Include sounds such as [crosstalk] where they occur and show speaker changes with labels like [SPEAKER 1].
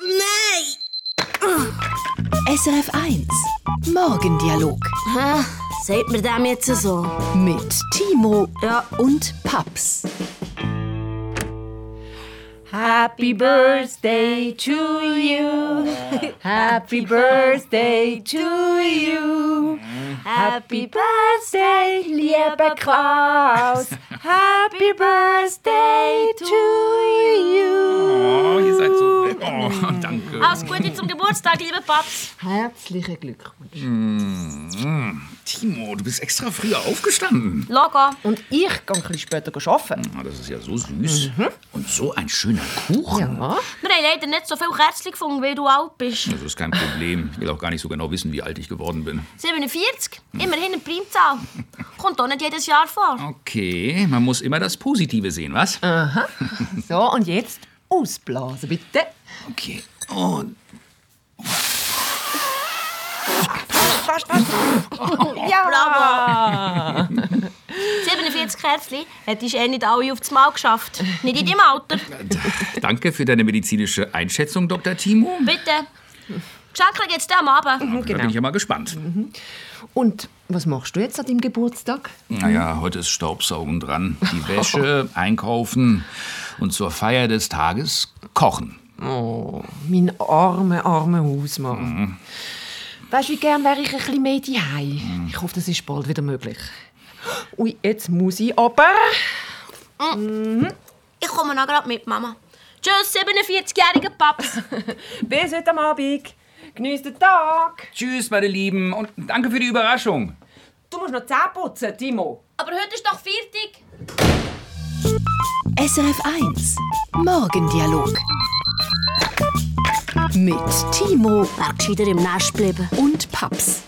[SPEAKER 1] nee!
[SPEAKER 2] SRF 1. Morgendialog
[SPEAKER 1] Hä? Sagt mir dem jetzt so?
[SPEAKER 2] mit Timo
[SPEAKER 1] Ja.
[SPEAKER 2] und Paps.
[SPEAKER 3] Happy birthday to you. Happy birthday to you. Happy birthday, lieber Klaus. Happy birthday to you.
[SPEAKER 4] Oh, ihr seid so nett. Oh, [laughs] danke.
[SPEAKER 5] Alles Gute zum Geburtstag, liebe Paps.
[SPEAKER 3] Herzlichen Glückwunsch.
[SPEAKER 4] Timo, du bist extra früher aufgestanden.
[SPEAKER 5] Logo.
[SPEAKER 3] Und ich gehe ein bisschen später arbeiten.
[SPEAKER 4] Ah, Das ist ja so süß. Und so ein schöner Kuchen.
[SPEAKER 3] Ja.
[SPEAKER 5] Wir haben leider nicht so viel Kerzen gefunden, weil du alt bist.
[SPEAKER 4] Das ist kein Problem. Ich will auch gar nicht so genau wissen, wie alt ich geworden bin.
[SPEAKER 5] 47? Immerhin eine Primzahl. Kommt doch nicht jedes Jahr vor.
[SPEAKER 4] Okay, man muss immer das Positive sehen, was?
[SPEAKER 3] So, und jetzt ausblasen, bitte.
[SPEAKER 4] Okay. Und
[SPEAKER 3] Fast, fast. Ja.
[SPEAKER 5] 47 Kerzen hättest du eh nicht alle aufs Mal geschafft. Nicht in deinem Alter.
[SPEAKER 4] danke für deine medizinische Einschätzung, Dr. Timo.
[SPEAKER 5] Bitte. Geschenke gibt's dir am Abend.
[SPEAKER 4] Da bin ich ja mal gespannt.
[SPEAKER 3] Und was machst du jetzt an deinem Geburtstag?
[SPEAKER 4] Naja, heute ist Staubsaugen dran. Die Wäsche, einkaufen und zur Feier des Tages kochen.
[SPEAKER 3] Oh, mein armer, armer Hausmann. Weißt du, wie gern wäre ich ein bisschen mehr daheim? Ich hoffe, das ist bald wieder möglich. Ui, jetzt muss ich aber.
[SPEAKER 5] Ich komme noch gerade mit, Mama. Tschüss, 47-jähriger Paps.
[SPEAKER 3] Bis heute am Abend. Genieß den Tag.
[SPEAKER 4] Tschüss, meine Lieben, und danke für die Überraschung.
[SPEAKER 3] Du musst noch Zähne putzen, Timo.
[SPEAKER 5] Aber heute ist doch fertig.
[SPEAKER 2] SRF 1. Morgendialog mit Timo
[SPEAKER 5] Wärst du wieder im Nest geblieben.
[SPEAKER 2] und Paps.